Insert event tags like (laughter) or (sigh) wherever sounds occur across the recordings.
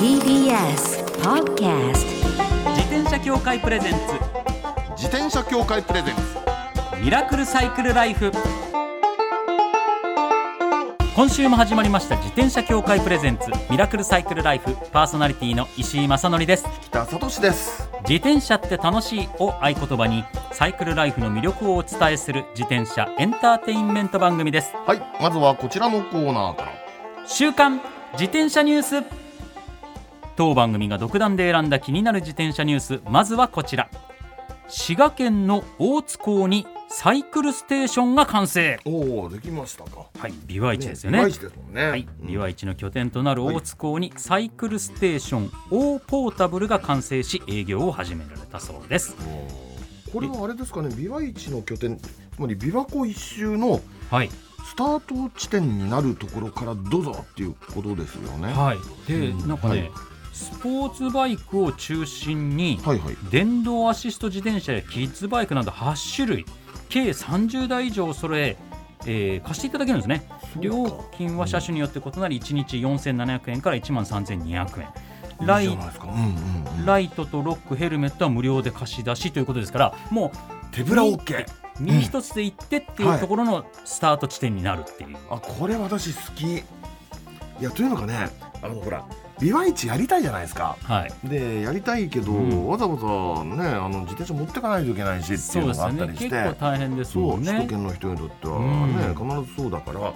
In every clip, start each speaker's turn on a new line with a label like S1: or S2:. S1: TBS Podcast
S2: 自転車協会プレゼンツ
S3: 自転車協会プレゼンツ
S2: ミラクルサイクルライフ今週も始まりました自転車協会プレゼンツミラクルサイクルライフパーソナリティの石井正則です
S3: 北里です
S2: 自転車って楽しいを合言葉にサイクルライフの魅力をお伝えする自転車エンターテインメント番組です
S3: はいまずはこちらのコーナーから
S2: 週刊自転車ニュース当番組が独断で選んだ気になる自転車ニュースまずはこちら滋賀県の大津港にサイクルステーションが完成
S3: おおできましたか
S2: はい、ビワイチですよ
S3: ね
S2: ね。
S3: ビワイチですもんね
S2: はい、ビワ
S3: イ
S2: イチの拠点となる大津港にサイクルステーション O ポータブルが完成し営業を始められたそうです。
S3: これはあれですかねビワイチの拠点つまり琵琶湖一周の
S2: はい、
S3: スタート地点になるところからどうぞっていうことですよねは
S2: はい、で、
S3: うん
S2: なんかね、
S3: はい
S2: スポーツバイクを中心に、
S3: いはい
S2: 電動アシスト自転車やキッズバイクなど8種類計30台以上を揃ええー貸していただけるんですね
S3: そうか
S2: 料金は車種によって異なり1日4700円から1万3200円ラ
S3: いいじ
S2: イ
S3: ゃないですかうんうんうん
S2: ライトとロック、ヘルメットは無料で貸し出しということですから、もう
S3: 手ぶら OK
S2: 身身一つで行ってっていうところのスタート地点になるっていう、
S3: あこれ私好きいやというのかねあのほらビワイチやりたいじゃないですか
S2: はい、
S3: でやりたいけど、
S2: うん
S3: わざわざねあの自転車持ってかないといけないしって
S2: そ
S3: いう
S2: う
S3: の
S2: で
S3: があ
S2: す
S3: った
S2: ね、
S3: りし
S2: 結
S3: て
S2: 構大変です
S3: そ
S2: も
S3: うん首都
S2: ね。
S3: 圏の人にとってはね、必ずそうだからも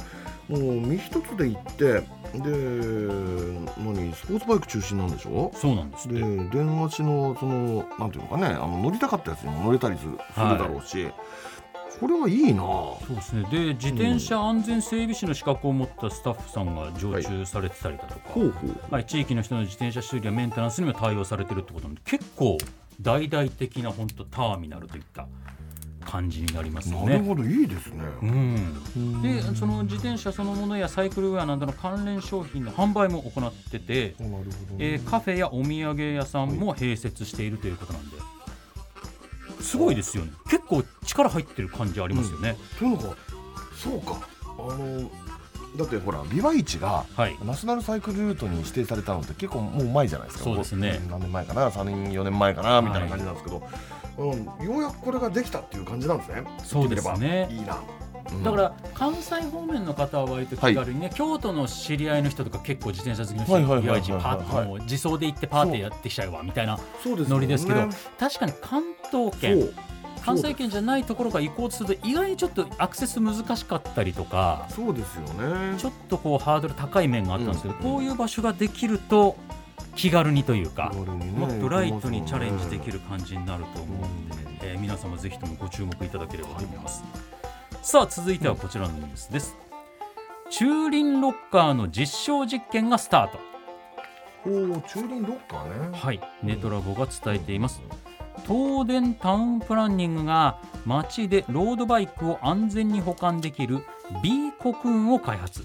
S3: う身一つで行ってで何スポーツバイク中心なんでしょ
S2: そうなんですっ
S3: で
S2: て、
S3: 電話しのそのなんていうのかねあの乗りたかったやつにも乗れたりする,、
S2: はい
S3: するだろうしこれはいいな
S2: そうですね、で自転車安全整備士の資格を持ったスタッフさんが常駐されてたりだとか、
S3: ほうほう
S2: はい、地域の人の自転車修理やメンテナンスにも対応されてるってことなんで、結構大々的な本当ターミナルといった感じになりますよ
S3: なる
S2: ね。
S3: ほどいいですね、
S2: うんでその自転車そのものやサイクルウェアなどの関連商品の販売も行ってて、
S3: なるほどね
S2: えーカフェやお土産屋さんも併設しているということなんですごいですよね結構力入ってる感じありますよね、
S3: というのがそうかあのだってほらビワイチが
S2: はい
S3: ナショナルサイクルルートに指定されたのって結構もう前じゃないですか
S2: そうですね
S3: ここ何年前かな3年4年前かなみた
S2: は
S3: いない感じなんですけど、うん、ようやくこれができたっていう感じなんですね
S2: そうですね
S3: 言ってみればいいな、うん
S2: だから関西方面の方は割と気軽にね、京都の知り合いの人とか結構自転車好きの人
S3: はいはい
S2: が
S3: はいはいはい
S2: 一パーッともう自走で行ってパーティーやってきちゃうわみたいな
S3: そうですよ
S2: ノリですけど
S3: ね
S2: 確かに関東
S3: そ
S2: 圏
S3: う
S2: 関西圏じゃないところが行こうとすると意外にちょっとアクセス難しかったりとか
S3: そうですよね
S2: ちょっとこうハードル高い面があったんですけど、
S3: うん
S2: こういう場所ができると気軽にというか、
S3: 気軽にね
S2: もっとライトにチャレンジできる感じになると
S3: う
S2: 思うん
S3: ん
S2: で、えー皆様ぜひともご注目いただければと思います、さあ続いてはこちらのニュースです、駐輪ロッカーの実証実験がスタート
S3: おー駐輪ロッカーね
S2: はい
S3: ん
S2: ネトラボが伝えています、東電タウンプランニングが街でロードバイクを安全に保管できる B コクーンを開発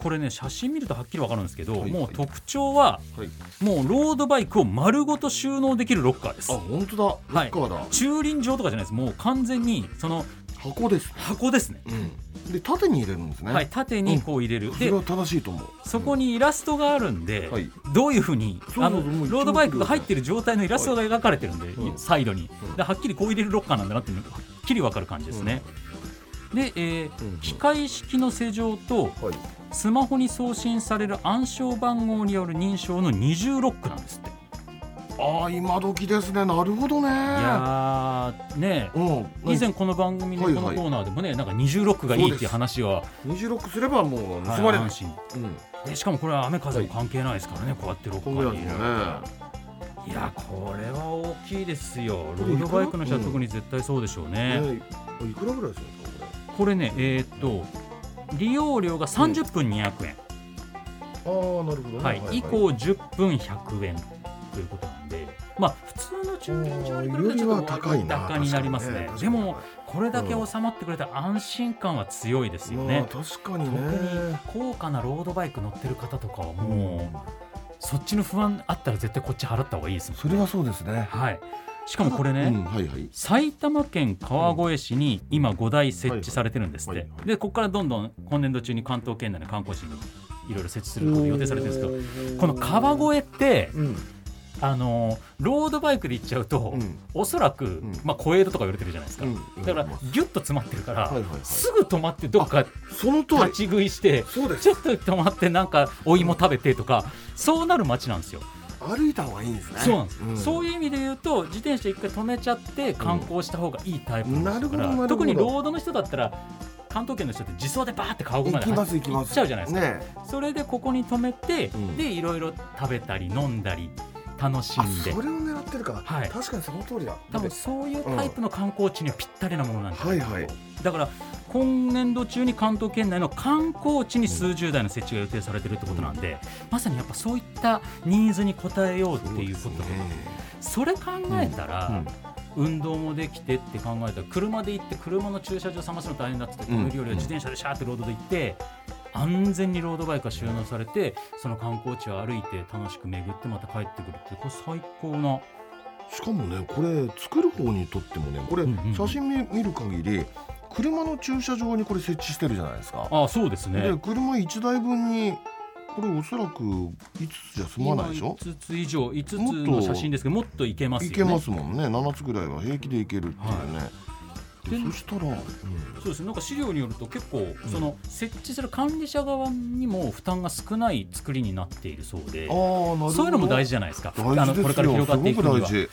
S2: これね写真見るとはっきり分かるんですけど、
S3: はい
S2: もう特徴は
S3: はい、
S2: もうロードバイクを丸ごと収納できるロッカーで
S3: あ
S2: す
S3: 本当だロッカーだ、
S2: 駐輪場とかじゃないですもう完全にその
S3: 箱です、
S2: 箱ですね
S3: うん、で縦に入れるんですね、
S2: はい縦にこう入れる、
S3: それ
S2: で
S3: は正しいと思う
S2: そこにイラストがあるんで、
S3: はい
S2: どういうふうに
S3: そうそう
S2: あの
S3: もう一応
S2: ロードバイクが入ってる状態のイラストが描かれてるんで、
S3: うん
S2: サイドに
S3: うん
S2: ではっきりこう入れるロッカーなんだなっていうのがはっきり分かる感じですね、で、えー
S3: うんうん
S2: 機械式の施錠と
S3: はい
S2: スマホに送信される暗証番号による認証の二重ロックなんですってい
S3: ああ今時ですねなるほどね
S2: やーねえ
S3: うん
S2: 以前この番組のこ
S3: はい
S2: の
S3: はい
S2: コーナーでもねなんか二重ロックがいいっていう話は
S3: 26すればもう
S2: はい
S3: 盗まれない、
S2: 安心
S3: うん
S2: でしかもこれは雨風も関係ないですからね、こうやってロッカ
S3: こういう
S2: ー
S3: やつ
S2: にい
S3: ね
S2: るやこれは大きいですよロード
S3: いくら
S2: バイクの人は特に絶対そうでしょうね、
S3: ねいくらぐらいするんですか
S2: これねえーっと利用料が30分200円、
S3: これああなるほどね、
S2: はい以降10分100円ということなんでまあ普通の駐輪場に比べる
S3: よ
S2: と
S3: り
S2: ちょ
S3: は
S2: っと
S3: 高いな
S2: 割高になりますね
S3: 確かに
S2: でも
S3: 確か
S2: これだけ収まってくれた安心感は強いです
S3: に
S2: よ
S3: まあ
S2: ね、
S3: 確かに
S2: 特に
S3: ね
S2: 高価なロードバイク乗ってる方とかはもう、そっちの不安あったら絶対こっち払った方がいいですもん
S3: それはそうですね
S2: はい、しかもこれね、
S3: うんはいはい
S2: 埼玉県川越市に今5台設置されてるんですって、
S3: はいはい
S2: でここからどんどん今年度中に関東圏内の観光地にいろいろ設置すること予定されてるんですけど
S3: ど
S2: この川越って
S3: うん
S2: あのロードバイクで行っちゃうと、
S3: うん
S2: おそらく、
S3: ん
S2: まあ、小江戸とか言われてるじゃないですか、
S3: うん
S2: だから
S3: うんまあ
S2: ギュッと詰まってるから、
S3: はいはいはい
S2: すぐ止まってどっか
S3: その通
S2: 立
S3: り
S2: ち食いして
S3: そうです
S2: ちょっと止まってなんかお芋食べてとかそうなる街なんですよ、
S3: 歩いた方がいいんですね
S2: そうなんです、そう
S3: いう
S2: いう意味で言うと自転車一回止めちゃって観光した方がいいタイプなんです
S3: うんなるほど
S2: から、
S3: なるほど
S2: 特にロードの人だったら関東圏の人って自走でバーって川越
S3: 行
S2: まで
S3: きます行きます
S2: っちゃうじゃないですか、
S3: ね
S2: それでここに止めて、
S3: うん
S2: でいろいろ食べたり飲んだり楽し
S3: あ
S2: んで
S3: それを狙ってるか
S2: はい
S3: 確かにその通りだ
S2: 多分
S3: だって
S2: そういうタイプの観光地にはぴったりなものなんじゃな
S3: はいい
S2: かと
S3: はい
S2: だから今年度中に関東圏内の観光地に数十台の設置が予定されているってことなんで、まさにやっぱそういったニーズに応えようっていうこと
S3: そですね
S2: それ考えたら、
S3: うん
S2: 運動もできてって考えたら車で行って車の駐車場探すの大変だって言って
S3: うん
S2: この料理は自転車でシャーってロードで行って安全にロードバイクが収納されてその観光地を歩いて楽しく巡ってまた帰ってくるってこれ最高な
S3: しかもねこれ作る方にとってもねこれ
S2: うんうんうん
S3: 写真見見る限り車の駐車場にこれ設置してるじゃないですか
S2: あそうですね
S3: で車1台分にこれおそらく5つじゃ済まないでしょ
S2: 今5つ以上5つ
S3: も
S2: の
S3: っと
S2: 写真ですけどもっといけますよ
S3: い
S2: ね
S3: けますもんね7つぐらいは平気でいけるっていうね、で
S2: で
S3: そしたら、
S2: そうですねなんか資料によると結構その設置する管理者側にも負担が少ない作りになっているそうで
S3: ああなるほど
S2: そういうのも大事じゃないですか
S3: 大
S2: あ
S3: 事
S2: の
S3: ですよ
S2: これから広がっていくには
S3: すごく大事
S2: そういっ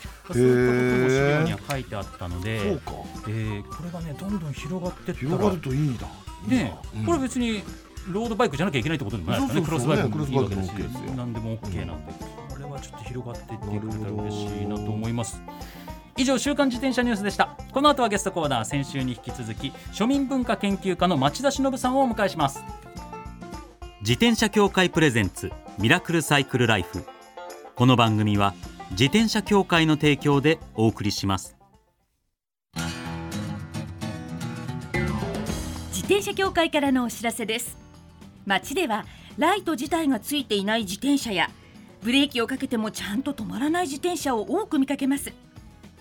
S2: たことも資料には書いてあったので、
S3: そうか
S2: えーこれがねどんどん広がってったら
S3: 広がるといいだ
S2: ね、
S3: うん
S2: これ別にロードバイクじゃなきゃいけないってことでもないですからね
S3: そうそ
S2: ク
S3: うそう
S2: ロスバイクもいいわけ
S3: ね
S2: ですし
S3: クロスバイクも OK ですよ
S2: 何でも OK なんで、これはちょっと広がっていってくれた
S3: な
S2: ら
S3: るほど
S2: 嬉しいなと思います。以上週刊自転車ニュースでしたこの後はゲストコーナー先週に引き続き庶民文化研究家の町田忍さんをお迎えします自転車協会プレゼンツミラクルサイクルライフこの番組は自転車協会の提供でお送りします
S1: 自転車協会からのお知らせです街ではライト自体がついていない自転車やブレーキをかけてもちゃんと止まらない自転車を多く見かけます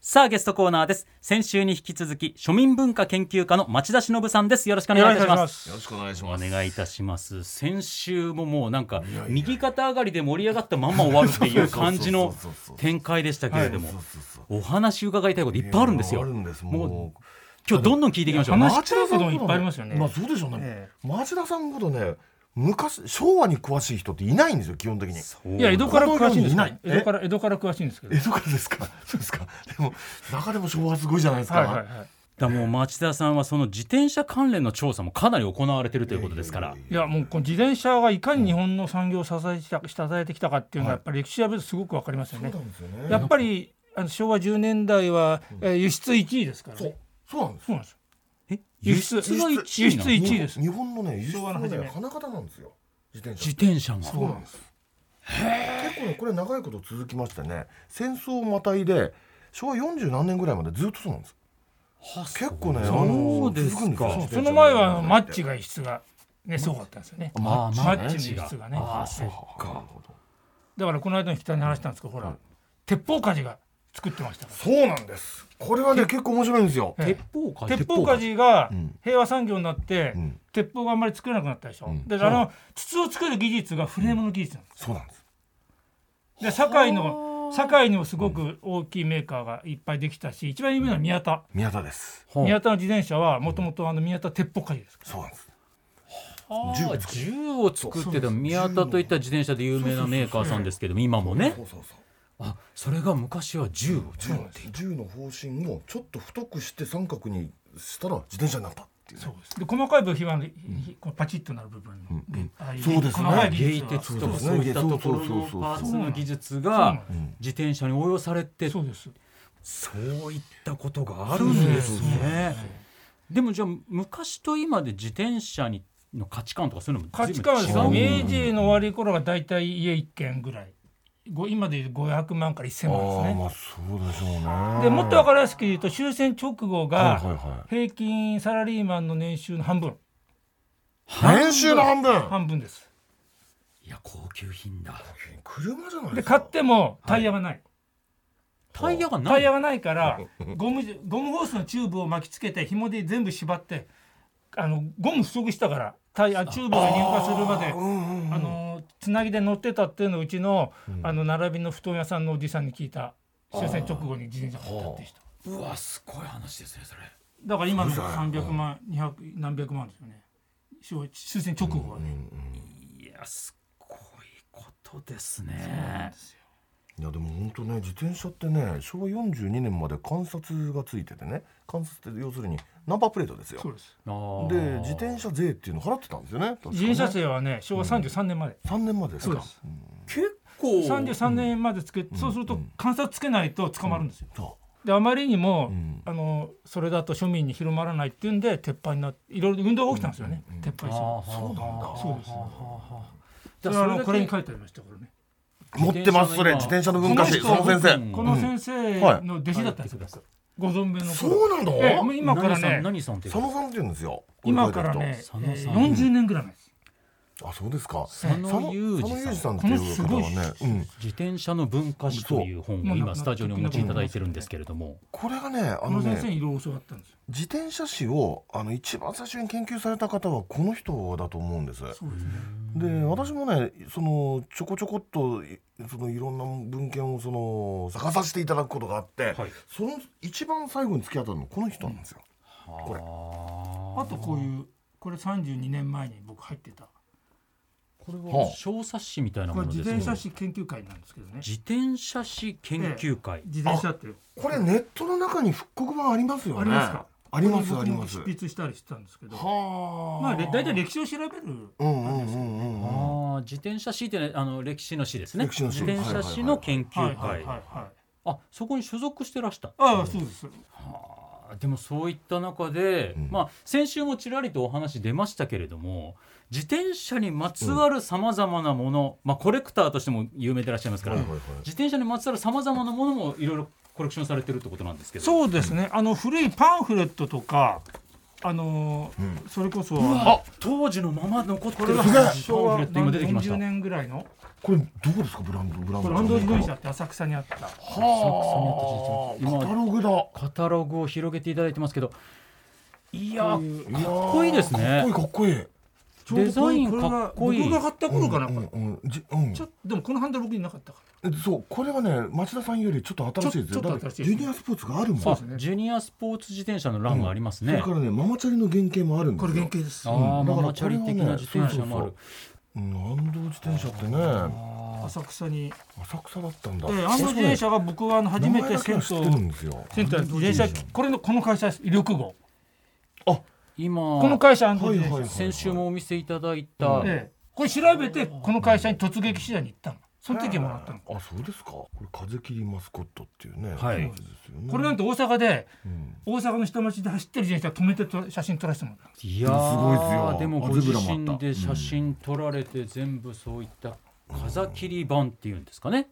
S2: さあゲストコーナーです先週に引き続き庶民文化研究家の町田忍さんですよろしくお願いいたします
S4: す
S3: よろしくお願いし
S2: お
S3: ます
S2: 願いいたします先週ももうなんか
S3: いやいや
S2: 右肩上がりで盛り上がったまんま終わるっていう感じの
S3: そうそうそうそう
S2: 展開でしたけれども
S3: そうそうそう
S2: お話伺いたいこといっぱいあるんですよ
S3: いやあるん
S2: 今
S3: ですもう
S2: 日どんどん聞いていきましょう
S4: 話
S2: ま
S4: したいこともいっぱいありますよね
S3: まあそうでしょうね。
S4: え
S3: 町田さんほどね、昔昭和に詳しい人っていないんですよ基本的に。
S4: いや江戸から詳しいんです
S3: この
S4: よ
S3: 世にいない
S4: 江戸から江戸から詳しいんですけど
S3: 江戸からですか。 (laughs) そうですか。でも中でも昭和すごいじゃないですか。
S4: はいはいはい
S2: だもう町田さんはその自転車関連の調査もかなり行われてるということですから
S4: いやもうこの自転車がいかに日本の産業を支えてきた支えてきたかっていうのは
S3: はい
S4: やっぱり歴史調べるとすごくわかりますよ
S3: そう
S4: ね
S3: な。んですよね。
S4: やっぱりあの昭和10年代は、えー輸出1位ですから、ね。
S3: そうそうなんです
S4: そうなんですよ。
S2: え輸
S4: 輸
S2: 出が1
S4: 出
S2: 位なの
S4: 輸
S3: よ。
S4: 一位です
S3: 日本のね輸出
S4: 昭和
S3: の
S4: の初
S3: ね
S4: め
S3: 花形なんですよ。自転
S2: 自
S3: 車。
S2: 転車が
S3: そうなんです。結構ねこれ長いこと続きましてね、戦争をまたいで昭和四十何年ぐらいまでずっとそうなんです。結構ねあ
S2: そ
S3: の
S2: うですか
S3: 続くんですよ自転車
S4: その前はマッチが輸出がねすごかったんですよね。
S2: あマ
S4: マッチの輸出がね。
S2: ああそっ
S3: なる
S2: か
S3: ほど
S4: だからこの間の北に話したんですけどほら、鉄砲鍛冶が作ってましたか
S3: そうなんです。これはね結構面白いんですよ。
S4: ら。ええ
S2: 鉄砲か
S4: 鉄砲鍛冶が
S3: うん
S4: 平和産業になって、
S3: うん
S4: 鉄砲があんまり作れなくなったでしょ、
S3: ん
S4: であの筒を作る技術がフレームの技術なんです、
S3: そうなんです。
S4: で堺の堺にもすごく大きいメーカーがいっぱいできたし一番有名なのは宮田、
S3: 宮田です。
S2: はあ
S4: 宮田の自転車はもともとあの宮田鉄砲鍛冶ですか
S3: そうなんです。
S4: らあ
S3: 銃を
S2: 銃を作ってた宮田といった自転車で有名なメーカーさんですけども今もね
S3: そうそうそう
S2: あそれが昔は銃を
S3: 銃なんです銃の方針をちょっと太くして三角にしたら自転車になったっていうね
S4: そうです。で細かい部品は、ひこうパチッとなる部分の、
S3: うんうん
S4: ああい
S3: そうですね
S4: 細かい技
S2: ゲイ
S4: 術は
S2: 鉄とかそういったところのパーツの技術が
S4: そう
S3: うん
S2: 自転車に応用されて
S4: そうです。
S2: そういったことがあるんですね。でもじゃあ昔と今で自転車にの価値観とかそういうのも
S4: 価
S2: 随
S4: 値
S2: 分
S4: 観はですね
S2: 違う。
S4: 明治の終わり頃がだいたい家一軒ぐらい。ご今でいう500万から1000万です
S3: ああまあ
S4: ね。
S3: そうでしょうね
S4: でもっとわかりやすく言うと終戦直後
S3: はいはい
S4: が
S3: は
S4: 平均サラリーマンの年収の半分
S3: い年収の半分
S4: 半分です。
S2: いや高級品だ。
S3: 車じゃない
S4: です
S3: か
S4: 買ってもタイヤがない。
S2: タイヤがな
S4: タイ
S2: い
S4: ヤ。がないからゴムゴムホースのチューブを巻きつけて紐で全部縛ってあのゴム不足したからタイヤチューブが入荷するまであのつなぎで乗ってたっていうのをうちの,、あの並びの布団屋さんのおじさんに聞いた終戦直後に自転車買ったって人
S2: うわすごい話ですねそれ。
S4: だから今の300万200何百万ですよね終終戦直後はね、
S2: いやすごいことですね。
S3: いやでも本当ね自転車ってね昭和42年まで観察がついててね観察って要するにナンバープレートですよ
S4: そうです
S2: あー
S3: で自転車税っていうの払ってたんですよね
S4: 自転車
S3: 税
S4: 税はね昭和33年まで、
S3: 3年までです
S4: そう
S3: か
S4: です
S2: 結構
S4: 33年までつけ、そうすると観察つけないと捕まるんですよ、
S3: そ
S4: であまりにも、
S3: ん
S4: あのそれだと庶民に広まらないっていうんで撤廃になっていろいろ運動が起きたんですよね、撤廃して
S2: そうなんだ
S4: そうです
S2: じ
S4: そ
S2: ゃあそれだ
S4: れはあの
S2: け
S4: これに書いてありましたからね
S3: う持ってますそれ自転車の文化史そ
S4: こ
S3: の
S4: の人
S3: 先生
S2: うん
S4: この先生の弟子だったんですよ、ご存命の頃
S3: そうなんだ
S4: ええもう今から
S2: 何さん
S4: ね
S2: 何さんっていう
S3: 佐野さんって言うんですよ
S4: 今からね
S2: 佐野さん
S4: 40年ぐらい前です
S3: あそうですか
S2: 佐野裕
S3: 佐
S2: 二さん
S3: 野裕二さんっていう方は
S4: この
S3: ねうん
S2: 自転車の文化史という本を今スタジオにお持ちいただいてるんですけれども
S3: これがねあ
S4: こ
S3: の
S4: の先生
S3: ね
S4: にいろいろ教わったんですよ
S3: 自転車史をあの一番最初に研究された方はこの人だと思うんです
S4: そうですね
S3: で私もねそのちょこちょこっといそのいろんな文献をその探させていただくことがあって、
S2: はい
S3: その一番最後に付き合ったのはこの人なんですよ。これ
S4: あとこういうこれ32年前に僕入ってた
S2: これ
S3: は
S2: は
S3: あ
S2: 小冊子みたいな
S4: こ
S2: も
S4: れ
S2: の
S4: 自
S2: です
S4: 転
S2: ね
S4: 車史研究会なんですけどね
S2: 自転車史研究会
S4: 自転車って
S3: これネットの中に復刻版ありますよね。
S4: ありますか
S3: あります
S4: こ
S3: あ
S4: れ
S3: り
S4: に僕も
S3: ます。
S4: 執筆したりしてたんですけど
S3: は
S4: まあ、れ大体歴史を調べる、
S3: うんうんうんうんうん。
S2: ああ自転車史ってねあの歴史の史ですね
S3: 歴史の史
S2: 自転車史の研
S4: は
S2: 究
S4: いはいは
S2: 会
S4: いはい。
S2: あそこに所属してらした
S4: ああ、そうです。
S2: あーでもそういった中で、
S3: うん
S2: まあ、先週もちらりとお話出ましたけれども自転車にまつわるさまざまなもの、まあ、コレクターとしても有名でいらっしゃいますから、
S3: はいはいはい
S2: 自転車にまつわるさまざまなものもいろいろコレクションされてるってことなんですけどう
S4: そうですね。あの古いパンフレットとか、あのーそれこそあ
S2: あ当時のまま残ってるパン
S4: こ
S2: フ
S4: れ
S2: レ
S4: が
S2: ット今出てきました
S4: 40年ぐらいの
S3: これどこですかブランドブラン
S4: こ
S3: ド。
S4: れ安藤自動車って浅草にあった。
S3: はあ。
S2: 浅草にあった自転車
S3: カタログだ。
S2: カタログを広げていただいてますけどいやー
S3: いやーか
S2: っこいいですね
S3: かっこいいかっこいい。
S4: ちょうど
S2: デザイン
S4: これが
S2: かっこいい
S4: 僕が買った頃かな。
S3: う
S4: こ
S3: ん
S4: れ
S3: うんうんじうん
S4: ちょっとでもこのハンドル僕になかったか
S3: えそうこれはね町田さんよりちょっと新しいですよ
S4: ち
S3: だ
S4: ょちょ
S3: っ
S4: っと
S3: て
S4: 新し
S3: ジ
S4: い
S3: ュニアスポーツがあるもん
S2: あ
S4: すね
S2: ジュニアスポーツ自転車の欄がありますね、
S3: それからねママチャリの原型もあるんです
S4: ら。
S3: よ
S4: これ原型です。
S2: ああ
S3: うんだ
S2: マ
S3: から
S2: マチャリ的な自転車もある
S3: うん安藤自転車ってね
S4: 浅草に。
S3: 浅草だったんだ
S4: ええ、安藤自転車が僕はあの初めて銭
S3: 銭湯
S4: 湯
S3: 知ってるんですよ
S4: 銭湯自転車これのこの会社です。威力号。
S2: 今
S4: この会社安藤
S3: はい
S4: 自
S3: はい
S4: 転
S3: は
S4: 車
S2: 先
S3: い。
S2: 週もお見せいただいた、
S4: ええ、これ調べてこの会社に突撃取材に行ったのその時もらったの
S3: あそうですかこれ風切りマスコットっていうね
S2: はい
S3: やつですよね
S4: これなんて大阪で
S3: うん
S4: 大阪の下町で走ってる自転車止めてと写真撮らせてもらっ
S2: いや
S3: すごいですよ
S2: ーでもご自身で
S3: ゼブラもあ
S2: 写
S3: った
S2: 真撮られて全部そういった風切り版っていうんですかね、っ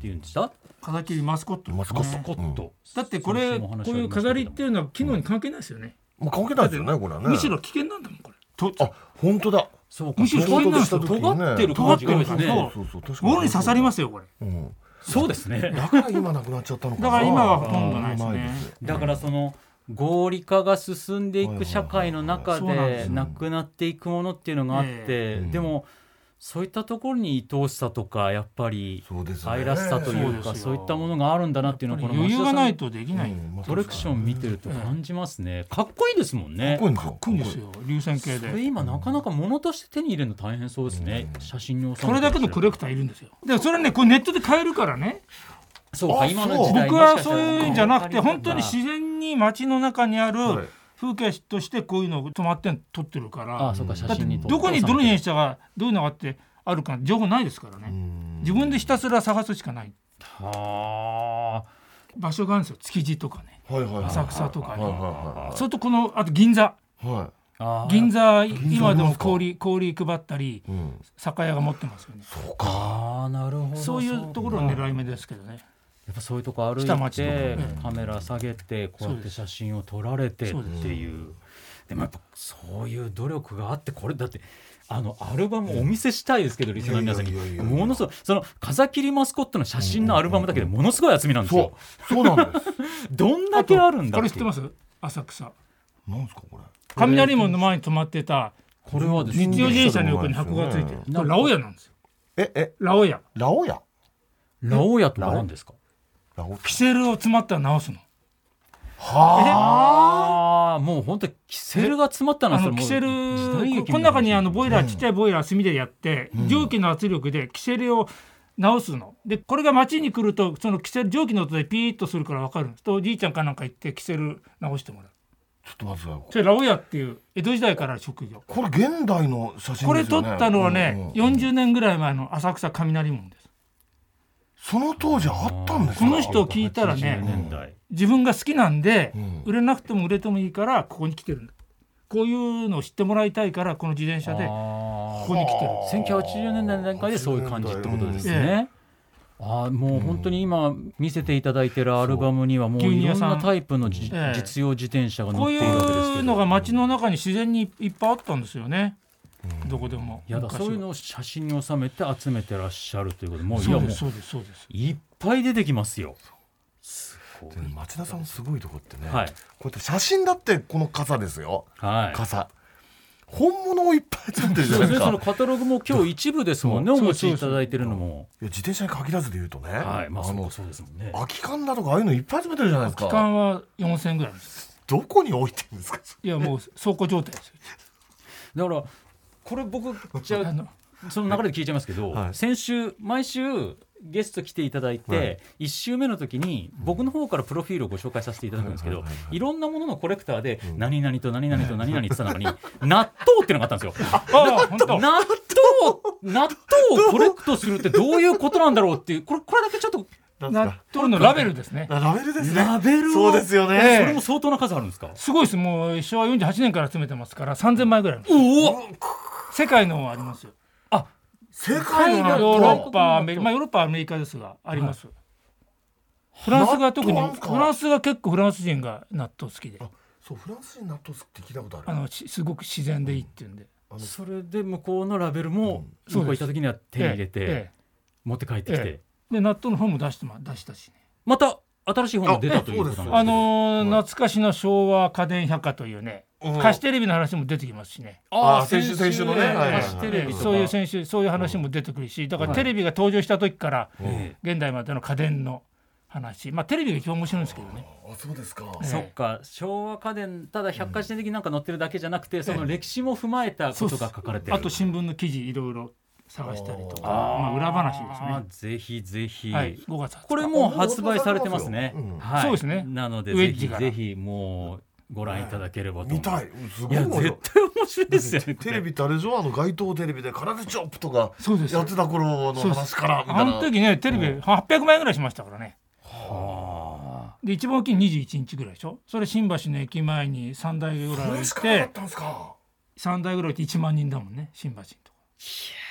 S2: ていうんでした
S4: た風切りマスコット
S3: マスコット
S2: スコット、
S4: だってこれこういう飾りっていうのは機能に関係ないですよね、
S3: まあ関係ないですよねこれはね
S4: むしろ危険なんだもんこれと
S3: あ本当だ
S2: そうか
S4: むしろ
S2: そう
S4: 尖ってる
S2: 尖ってる感じがですね
S4: 尖ってる
S3: そうそう確かに
S4: 物に刺さりますよこれ
S3: うん
S2: そうですね
S3: だから今なくなっちゃったのかな
S4: だから今はほとんどないですね
S3: あー
S2: だからその合理化が進んでいく社会の中
S4: はいはいはいは
S2: で
S4: い
S2: なくなっていくものっていうのがあっ
S4: え
S2: てでもそういったところに愛おしさとかやっぱり
S3: そうですね
S2: 愛らしさという
S4: そ
S2: か
S4: うですよ
S2: そういったものがあるんだなっていうのはこの
S4: 余裕がない
S2: 町田
S4: とできない。
S3: うんまあ
S2: さんのコレクション見てると感じますねかっこいいですもんね
S3: かっこいいんですよ
S4: 来るんですよ。流線形
S2: これ
S4: で。
S2: 今なかなか物として手に入れるの大変そうですね写真に収めて
S4: それだけのコレクターいるんですよ。で、それね、これネットで買えるからね。
S2: そうか
S3: あ
S2: 今の
S3: そう
S2: 時代
S4: 僕はそういうんじゃなくて、本当に
S2: し
S4: 自然に街の中にあ
S3: はい
S4: る風景としてこういうのを止まってん撮ってるから。
S2: あそうか写
S4: だって
S2: 真に撮って
S4: どこにどの電車がどういうのがあってあるか情報ないですから
S3: う
S4: ね
S3: ん
S4: 自分でひたすら探すしかない
S2: はあ
S4: 場所があるんですよ築地とかね
S3: はいはいはい
S4: 浅草とか
S3: はい
S4: に、
S3: は
S4: それとこのあと銀座
S3: いはいは
S2: あー
S4: 銀座今で
S3: ありま
S4: も
S3: すか
S4: 氷氷配ったり
S3: いうん
S4: 酒屋が持ってますよね
S3: そうか
S2: あーなるほど
S4: そういうところを
S2: ねや
S4: 狙い目ですけどね
S2: っぱそういうとこ歩い
S4: 下町とか
S2: て
S4: ね
S2: カメラ下げてこうやって写真を撮られてって
S4: そうです
S2: いうでもやっぱそういう努力があってこれだってあのアルバムお見せしたいですけどリスナーの皆さんに
S3: いやいやいやいや
S2: ものすごいその風切マスコットの写真のアルバムだけでものすごい厚みなんです
S3: そ
S2: よ
S3: うそうなんです
S2: どんだけあるんだ
S4: これ
S2: っ
S4: 知ってて
S2: いう
S4: ます浅草
S3: なんですかこれ
S4: 雷門の前に止まってた
S2: これはですね
S3: うん
S4: 日用自転車の横に箱がついてる
S2: うん
S4: これラオヤなんですよ
S3: ええ
S4: ラオヤ
S3: ラオヤ
S2: ラオヤとは何ですか
S3: ラオ
S4: キセルを詰まったら直すの
S3: はあ
S2: ああもう本当にキセルが詰まったの
S4: あ
S2: はそれ
S4: の
S2: もう
S4: キセル
S2: 時代劇
S4: こ
S2: みた
S4: の
S2: いな
S4: 中にあのボイラーちっちゃいボイラー炭でやって蒸気の圧力でキセルを直すのでこれが街に来るとそのキセル蒸気の音でピーッとするから分かるんですとおじいちゃんかなんか行ってキセル直してもらう
S3: ちょっと待ってください
S4: それラオヤっていう江戸時代からの職業
S3: これ現代の写真ですよね
S4: これ撮ったのはね
S3: うんうん
S4: 40年ぐらい前の浅草雷門です
S3: その当時あったんですか
S4: この人を聞いたらね
S2: 80年代
S4: 自分が好きなんで
S3: うん
S4: 売れなくても売れてもいいからここに来てるんだこういうのを知ってもらいたいからこの自転車でこ
S2: あ
S4: こに来てる
S2: ー1980年代の段階でそういう感じってことですね。あーもう本当に今見せていただいてるアルバムにはもう
S4: そう
S2: いろんなタイプのじ
S4: ええ
S2: 実用自転車が載っ
S4: こう
S2: てい
S4: い
S2: るわけですけ
S4: うの
S2: ど
S4: が街の中に自然にいっぱいあったんですよね。どこでも。
S2: いやだ
S4: 昔は
S2: そういうのを写真に収めて集めてらっしゃるということでもうい
S4: そ
S2: や
S4: う
S2: も
S4: です
S2: う
S4: そうですそうです。
S2: いっぱい出てきますよ。
S3: で町田さんのすごいとこってね、
S2: はい
S3: こうやって写真だってこの傘ですよ、
S2: はい
S3: 傘本物をいっぱい集めてるじゃ
S2: そうで
S3: ない
S2: す
S3: です
S2: ね
S3: か
S2: そのカタログも今日一部ですもんねお
S4: そう
S2: 持ちいただいてるのも。
S3: いや自転車に限らずで言うとね、
S2: はいまあ
S3: あ
S2: そう
S3: の
S2: かそうですもんね。
S3: 空き缶だとかああいうのいっぱい集めてるじゃないです
S4: 期
S3: か
S4: 間は四千ぐらいです。
S3: どこに置いてるんですか
S4: いやもう走行状態ですよ。
S2: だからこれ僕じゃあ
S4: あの
S2: その流れで聞いちゃいますけど、
S3: はい
S2: 先週毎週ゲスト来ていただい
S3: は
S2: て、一1週目の時に僕の方からプロフィールをご紹介させていただくんですけど、
S3: はいいはいはいはい
S2: ろんなもののコレクターで、
S3: うん
S2: 何々と何々と何々って言っ
S3: (laughs)
S2: た中に納豆っていうのがあったんですよ。
S4: ああ本当。
S2: 納豆納豆をコレクトするってどういうことなんだろうっていうこれこれだけちょっと
S3: なん
S4: 納
S3: か
S4: 豆のラベルですね。
S3: ラベルですね
S2: ラベルを
S3: そうですよね、
S2: それも相当な数あるんですか
S4: すごいです。もう昭和四十八年から集めてますから三千枚ぐらいあります。
S2: おお
S4: 世界のはありますよ。
S3: 世
S4: ヨ
S3: 界の
S4: ー
S3: 納
S4: ロッ
S3: 豆
S4: パアメリカまあヨーロッパはアメリカですがあります。フランスが特に
S3: 納豆なんですか
S4: フランスが結構フランス人が納豆好きで。
S3: そうフランス人納豆好きって聞いたことある
S4: あのしすごく自然でいいって言うんで。
S2: それで向こうのラベルも
S4: うん
S2: 向こう行った時には手に入れ
S4: え
S2: て
S4: え
S2: 持って帰ってきて、
S4: えで納豆の本も出してま出したしね。
S2: また新しい本が出たということなんです
S3: え
S2: ね
S3: え
S4: あのー
S3: はい
S4: 懐かしの昭和家電百科というね、
S3: うん
S4: 貸しテレビの話も出てきますしね。
S3: あー先週先週のねはいはいはい
S2: フジテレビとか
S4: そういう選手そういう話も出てくるし、だからテレビが登場した時から
S2: え
S4: 現代までの家電の話、まあテレビが一番面白いんですけどね。
S3: あそうですか、
S2: え
S4: え
S2: そっか昭和家電ただ百科事典的になんか載ってるだけじゃなくてその歴史も踏まえたことが書かれてる
S4: あと新聞の記事いろいろ探したりとか、
S3: あ
S4: まあ裏話で
S2: ですねぜひぜ
S4: す
S2: ひ
S4: ね。はい、5月20日
S2: これもう発売されてますね
S3: うん
S2: はい
S4: そうですね
S2: なので
S4: ウェ
S2: ぜ
S4: ッジ
S2: ひ
S4: から
S2: ぜひもうご覧いただければと
S3: 見た
S2: 思
S3: いすご
S2: い
S3: い
S2: や
S3: 面白い
S2: 絶対面白いですよね
S3: (laughs) テレビってあれでしょあの街頭テレビで「空手チョップ」とか
S4: そうです
S3: やってた頃の話からみた
S4: あ
S3: い
S4: の
S3: な
S4: 時ねテレビ800枚ぐらいしましたからね。
S2: は
S4: で一番大きい21日ぐらいでしょそれ新橋の駅前に3台ぐらい置い
S3: しかなか
S4: て
S3: ったんですか
S4: 3台ぐらい置いて1万人だもんね新橋のとこ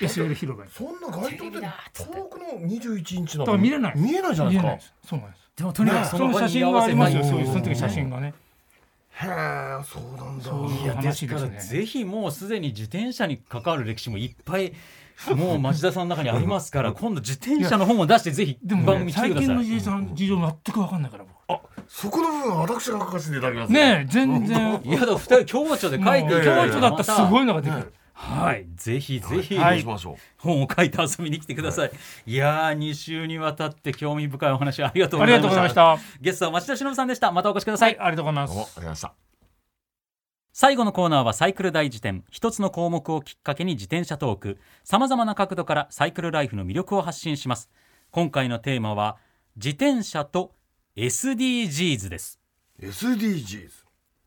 S4: SL 広場に
S3: そんな街頭テレビ遠くの21インチな
S4: だから見れない
S3: 見えないじゃな
S4: 見
S3: い
S4: え
S3: で
S4: ないですすそうなんです
S2: あでもとにかく
S3: ね
S2: そ
S4: そ
S2: の
S4: の
S2: 場
S4: 写
S2: に居
S4: 真
S2: 合
S4: が
S2: わ
S4: あ
S2: せ
S4: り
S2: た
S4: ま
S2: い
S4: すよ
S3: うん
S4: そういうその時写真がね
S3: かへえそうなんだ
S4: そう
S2: いやです
S4: 話
S2: か
S4: です
S2: ら
S4: ね
S2: ぜひもうすでに自転車に関わる歴史もいっぱいもう町田さんの中にありますから今度自転車の本を出してぜひ
S4: でもね
S2: 番組来て
S4: 最
S2: くだ
S4: 近
S2: さ
S4: の
S2: い。
S4: 事情事情全く分かんないから僕
S3: そこの部分は私が書かせていただきます
S4: ねえ全然
S2: いやだから二人共著で書いて
S4: もう
S2: いただ
S4: 教
S2: いて
S4: 育だったらすご
S2: ま
S4: いのができる
S2: はい、ぜひぜひ、
S3: はい、どうしましょう。
S2: 本を書いて遊びに来てください。い、やー、2週にわたって興味深いお話ありがとう
S4: あ
S2: ご
S4: り
S2: ざい
S4: がとう
S2: ま
S4: ご
S2: し
S4: ざい
S2: た。
S4: ました。
S2: ゲストは町田忍さんでした。またお越しくださ。
S4: はいい、ありがとうございます
S3: どう。もありがとうございました。
S2: 最後のコーナーはサイクル大辞典一つの項目をきっかけに自転車トークさまざまな角度からサイクルライフの魅力を発信します今回のテーマは自転車と SDGs です
S3: SDGs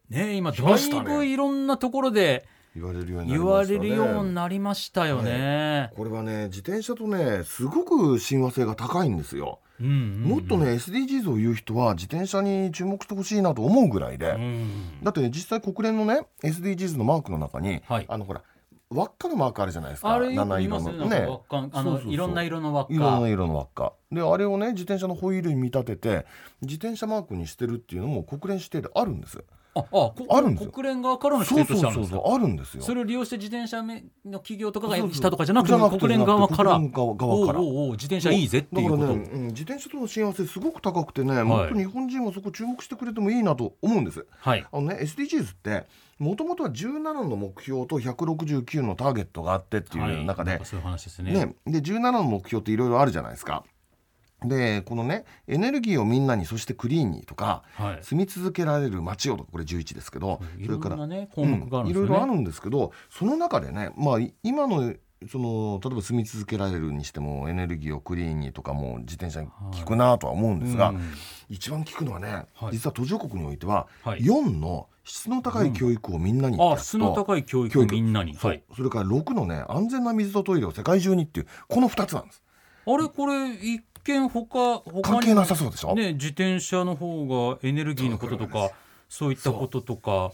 S2: ねえ今
S3: 来
S2: だ
S3: まし
S2: い
S3: たね
S2: ぶいろんなところで
S3: 言われるようになり
S2: 言
S3: ま
S2: わ
S3: した
S2: れる
S3: ね。
S2: ようになりましたよね、
S3: これはね自転車とねすごく親和性が高いんですよ。
S2: うんうん
S3: もっとね SDGs を言う人は自転車に注目してほしいなと思うぐらいで、
S2: うん
S3: だってね実際国連のね SDGs のマークの中に、
S2: はい
S3: あのほら輪っかのマークあるじゃないですか
S2: あれよく
S3: 七
S2: 見
S3: 色
S2: ます
S3: の
S2: ねなんか輪っかあ
S3: そ
S2: の
S3: うそうそう
S2: いろんな色の輪っ
S3: いろん
S2: か
S3: な色の輪っかであれをね自転車のホイールに見立てて自転車マークにしてるっていうのも国連指定であるんです
S2: ああこ
S3: あるんですよ
S2: 国連側からの
S3: そ
S2: 指
S3: う
S2: 定
S3: そ
S2: と
S3: う
S2: してあるんですか
S3: そうそうあるんですよ
S2: それを利用して自転車めの企業とかが
S3: そうそう
S2: したとかじゃなくて
S3: じゃなくて
S2: 国連側から
S3: 国連側側から
S2: おうおうおう自転車いいぜっていうこ
S3: だ
S2: と、
S3: からね、うん、自転車との親和性すごく高くてね、もっと日本人はそこ注目してくれてもいいなと思うんです
S2: はい
S3: あのね SDGs ってもともとは17の目標と169のターゲットがあってっていう中で、
S2: はいなんかそういう話ですね
S3: ね、で17の目標っていろいろあるじゃないですか。でこのねエネルギーをみんなにそしてクリーンにとか、
S2: はい
S3: 住み続けられる街をとかこれ11ですけど、
S2: い
S3: それ
S2: ろ
S3: か
S2: ん
S3: ら
S2: なね項目があるんです
S3: いろ
S2: よ
S3: い
S2: ね、
S3: ろあるんですけどその中でね、まあ、い今のその例えば住み続けられるにしてもエネルギーをクリーンにとかも自転車に効くなとは思うんですが、
S2: うん
S3: 一番効くのはね、
S2: はい
S3: 実は途上国においては、
S2: はい
S3: 4の質の高い教育をみんなにってや
S2: あ
S3: つと
S2: 質の高い教育
S3: 教
S2: を
S3: 育
S2: みんなに
S3: そう
S2: はい、
S3: それから6のね安全な水とトイレを世界中にっていうこの2つなんです
S2: あれこれ一見他他に
S3: 関係なさそうでしょ、
S2: ね自転車の方がエネルギーのこととかそういったこととか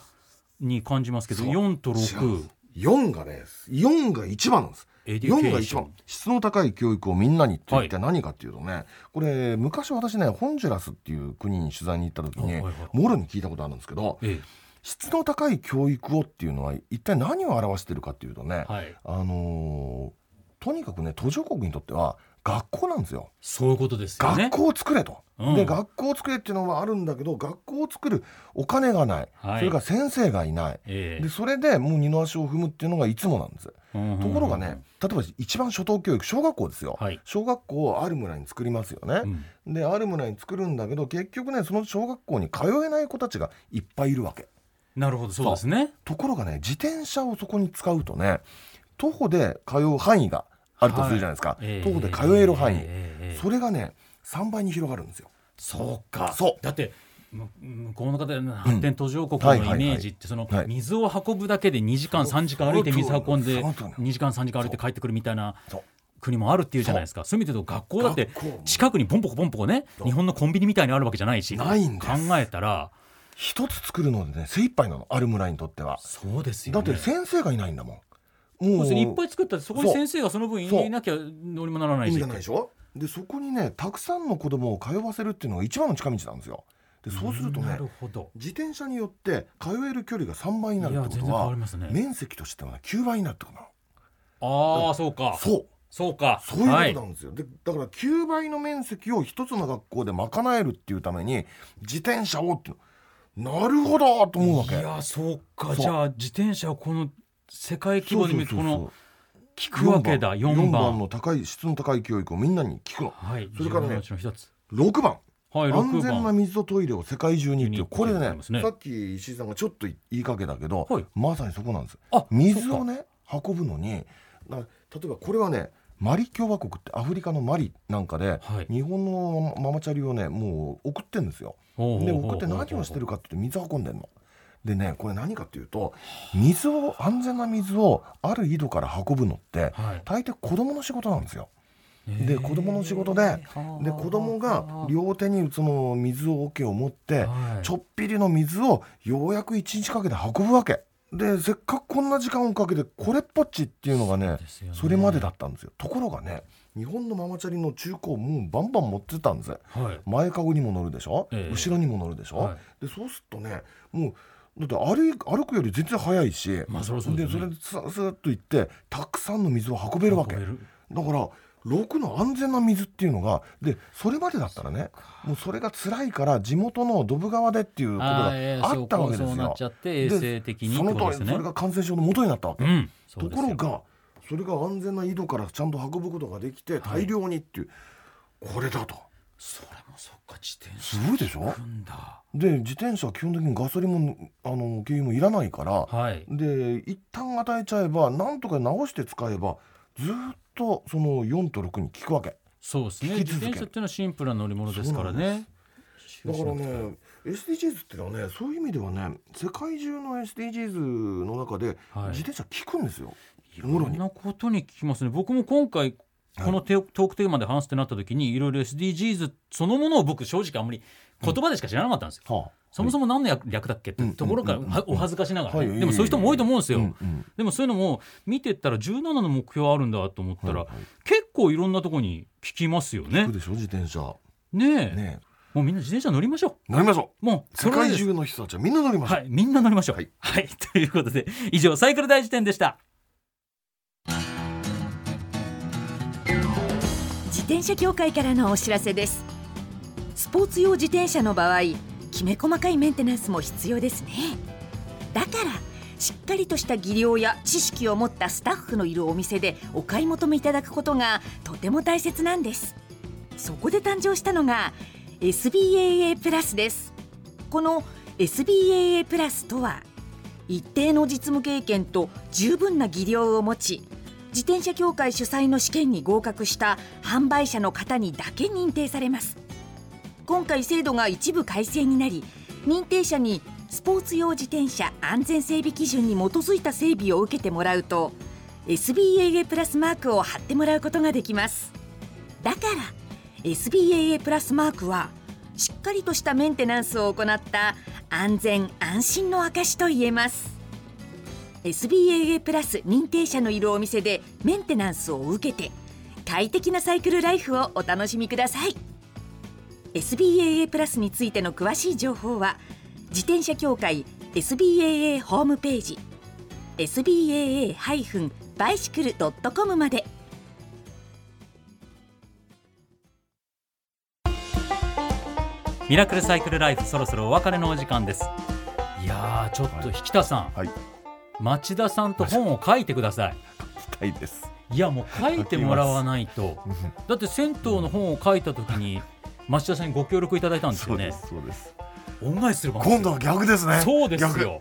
S2: に感じますけど
S3: そう
S2: 4と
S3: 違うん
S2: 6
S3: です4がね4が一番なんです
S2: エデュケーション
S3: 4が一番質の高い教育をみんなにって
S2: はい
S3: 一体何かっていうとね、これ昔私ねホンジュラスっていう国に取材に行った時に、
S2: はいはいはい
S3: モロに聞いたことあるんですけど
S2: え
S3: 質の高い教育をっていうのは一体何を表してるかっていうとね、
S2: えはい
S3: あのーとにかくね途上国にとっては学校なんですよ。
S2: そういうことですよね
S3: 学校を作れと、
S2: うん
S3: で学校を作れっていうのはあるんだけど学校を作るお金がない、
S2: はい
S3: それから先生がいない
S2: ええ
S3: でそれでもう二の足を踏むっていうのがいつもなんです、
S2: うんうんうん
S3: ところがね例えば一番初等教育小学校ですよ、
S2: はい
S3: 小学校をある村に作りますよ
S2: う
S3: ね、
S2: ん
S3: である村に作るんだけど結局ねその小学校に通えない子たちがいっぱいいるわけ
S2: なるほどそうですね
S3: ところがね自転車をそこに使うとね徒歩で通う範囲があるとするじゃないですか、
S2: ええ
S3: 徒歩で通える範囲、
S2: ええええ
S3: それがね3倍に広がるんですよ
S2: そうか
S3: そう
S2: だってむ向こうの方で発展途上国
S3: はい
S2: の
S3: は
S2: イ
S3: い
S2: メージってその
S3: はい
S2: 水を運ぶだけで2時間3時間歩いて水運んで
S3: その通りなの
S2: 2時間3時間歩いて帰ってくるみたいな
S3: そう
S2: 国もあるっていうじゃないですかそういう意味で言うと学校だって
S3: 学校
S2: 近くにポンポコポンポコね日本のコンビニみたいにあるわけじゃないし
S3: ないんです
S2: 考えたら
S3: 一つ作るのでね精一杯なのある村にとっては
S2: そうですよ
S3: だっ
S2: ね
S3: て先生がいないんだもん
S2: そ
S3: も
S2: うですねいっぱ
S3: い
S2: い作ったらそこに
S3: そう
S2: 先生がその分
S3: そう
S2: いなきゃどうにもならない
S3: 意
S2: し
S3: 味がないでしょでそこにねたくさんの子供を通わせるっていうのが一番の近道なんですよでそうすると
S2: な
S3: ね
S2: るほど
S3: 自転車によって通える距離が3倍になるっ
S2: い
S3: てこ
S2: や全然
S3: と
S2: 変わ
S3: は、
S2: りますね
S3: 面積としては、ね、9倍になるってことなの
S2: ああそうか
S3: そう
S2: そうか
S3: そういうこと
S2: はい
S3: なんですよ、でだから9倍の面積を一つの学校で賄えるっていうために自転車をってなるほどと思うわけ
S2: いやそうか
S3: そう
S2: じゃあ自転車をこの世界規模で見ると
S3: そ
S2: こ
S3: うそうそうそう
S2: の聞くわけだ4番
S3: 四の高い質の高い教育をみんなに聞くの
S2: はい
S3: それから
S2: 自分
S3: ね
S2: のうちの一つ
S3: 6番
S2: はい
S3: 安
S2: 6
S3: 全な
S2: 番
S3: 水とトイレを世界中にっていうこれ
S2: いいって
S3: ね
S2: ことですね
S3: さっき石井さんがちょっと言いかけたけど、
S2: はい
S3: まさにそこなんです
S2: あ
S3: 水をね運ぶのにだ例えばこれはねマリ共和国ってアフリカのマリなんかで、
S2: はい
S3: 日本のママチャリをねもう送ってんですよで送って何をしてる
S2: か
S3: かっていうと水運んでんの。でねこれ何かっていうと水を安全な水をある井戸から運ぶのって
S2: はい
S3: 大抵子供の仕事なんですよ。で子供の仕事でで子供が両手にその水桶を持って
S2: はい
S3: ちょっぴりの水をようやく1日かけて運ぶわけでせっかくこんな時間をかけてこれっぽっちっていうのがね
S2: うですよね
S3: それまでだったんですよところがね日本のママチャリの中古をもうバンバン持ってたんです
S2: はい
S3: 前かごにも乗るでしょ、
S2: ええ
S3: 後ろにも乗るでしょ、
S2: は
S3: でそうするとねもうだって歩い歩くより全然早いし、
S2: まあそりゃそうですよね
S3: でそれでスーッと行ってたくさんの水を運べるわけ
S2: 運べ
S3: だ
S2: る
S3: から6の安全な水っていうのがでそれまでだったらねもうそれが辛いから地元のドブ川でっていうことが
S2: ーえー
S3: あったわけです
S2: そうそうなっ
S3: よ
S2: ちゃって衛生的に
S3: そ
S2: って
S3: の
S2: ことで
S3: 通
S2: す
S3: りそ
S2: ね
S3: れが感染症の元になったわけ
S2: う、んそう
S3: と
S2: です
S3: こ
S2: よ
S3: ろがそれが安全な井戸からちゃんと運ぶことができて大量にっていう、これだと
S2: それもそっか自転
S3: す
S2: 車
S3: ごいでしょ
S2: 組んだ
S3: で自転車は基本的にガソリンもあの軽油もいらないから、
S2: はい
S3: で一旦与えちゃえばなんとか直して使えばずっとその4と6に効くわけ
S2: そうですね
S3: 引き
S2: 自
S3: 続ける
S2: 転車っていうのはシンプルな乗り物ですからね
S3: だからね SDGs ってのはねそういう意味ではね世界中の SDGs の中で
S2: はい
S3: 自転車効くんですよ、
S2: い
S3: も
S2: ろ
S3: ろ
S2: ん
S3: に
S2: なことに聞きますね僕も今回このテオトークテーマで話すってなった時にいろいろ SDGs そのものを僕正直あんまり言葉でしか知らなかったんですよ、
S3: は
S2: そもそも何の略だっけって
S3: うん
S2: ところから
S3: うん
S2: はお恥ずかしながらね、
S3: はい
S2: でもそういう人も多いと思うんです
S3: あ
S2: よ、
S3: うんうん
S2: でもそういうのも見てったら17の目標あるんだと思ったら、
S3: はいはい
S2: 結構いろんなところに聞きますよね
S3: 効くでしょ自転車
S2: ねえ
S3: ね
S2: もうみんな自転車乗りましょ
S3: え乗りましょ
S2: うもう
S3: う
S2: そ
S3: 世
S2: れ
S3: 界
S2: で
S3: 中の人たちはみんな乗りましょう、
S2: はい、みんな乗りましょう。は
S3: はいい、
S2: という (laughs) ことで、以上サイクル大辞典でした。
S1: 自転車協会からのお知らせですスポーツ用自転車の場合きめ細かいメンテナンスも必要ですねだからしっかりとした技量や知識を持ったスタッフのいるお店でお買い求めいただくことがとても大切なんですそこで誕生したのが SBAA プラスですこの SBAA プラスとは一定の実務経験と十分な技量を持ち自転車協会主催の試験に合格した販売者の方にだけ認定されます今回制度が一部改正になり認定者にスポーツ用自転車安全整備基準に基づいた整備を受けてもらうと SBAA プラスマークを貼ってもらうことができますだから SBAA プラスマークはしっかりとしたメンテナンスを行った安全安心の証と言えます SBAA プラス認定者のいるお店でメンテナンスを受けて快適なサイクルライフをお楽しみください SBAA プラスについての詳しい情報は自転車協会 SBAA ホームページ SBAA-bicycle.com まで
S2: ミラクルサイクルライフ、そろそろお別れのお時間です。いやー、ちょっと引田さん、
S3: はい
S2: 町田さんと本を書いてください。
S3: 行きたいです
S2: いや、もう書いてもらわないと。
S3: う
S2: だって銭湯の本を書いた時に、町田さんにご協力いただいたん
S3: ん
S2: ですよね。
S3: そうです
S2: 恩返しする番組
S3: 今度は逆ですね
S2: そうですよ。
S3: 逆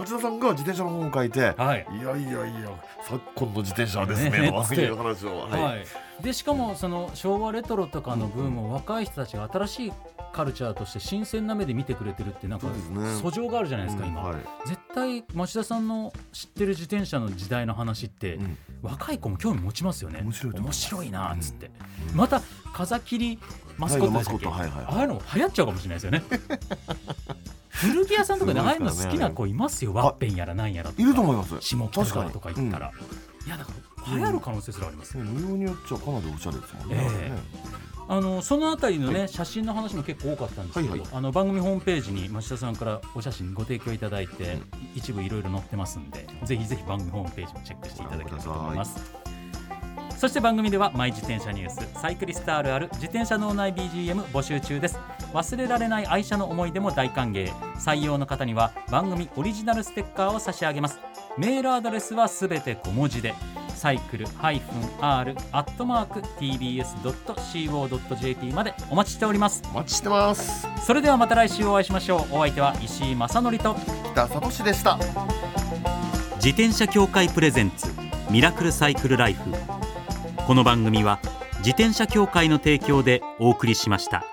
S3: 町田さんが自転車の本を書いて、
S2: はい。
S3: いやいやいや昨今の自転車はですね
S2: ね
S3: という話を、はい
S2: はい、でしかもその昭和レトロとかのブームを若い人たちが新しいカルチャーとして新鮮な目で見てくれてるってなんか
S3: そうですね
S2: 訴状があるじゃないですか、
S3: うん
S2: 今、
S3: はい
S2: 絶対町田さんの知ってる自転車の時代の話って、
S3: うん
S2: 若い子も興味持ちますよね
S3: 面白いと思い
S2: 面
S3: ます
S2: 白いなっつって、
S3: うん
S2: また風切りマスコットでしたっけ、
S3: はいはいマスコット
S2: あ
S3: はいはい
S2: あいうの流行っちゃうかもしれないです
S3: (laughs)
S2: よね古着屋さんとかでああいうの好きな子いますよ
S3: いですからね
S2: ワッペンやらなんやらとか
S3: いると思います
S2: 下北沢とか行ったら、いやだから流行る可能性すらありますよ
S3: ね無料によっちゃかなりおしゃれですもんね,ね、
S2: えあのそのあたりのね、写真の話も結構多かったんですけど、
S3: はいは
S2: あの番組ホームページに町田さんからお写真ご提供いただいて、一部いろいろ載ってますんでぜひぜひ番組ホームページもチェックしていただければと思いますそして番組ではマイ自転車ニュースサイクリストあるある自転車脳内 BGM 募集中です忘れられない愛車の思い出も大歓迎採用の方には番組オリジナルステッカーを差し上げますメールアドレスはすべて小文字でサイクル -r-tbs.co.jp までお待ちしております
S3: お待ちしてます
S2: それではまた来週お会いしましょうお相手は石井正則と
S3: 北里氏でした
S2: 自転車協会プレゼンツミラクルサイクルライフこの番組は自転車協会の提供でお送りしました。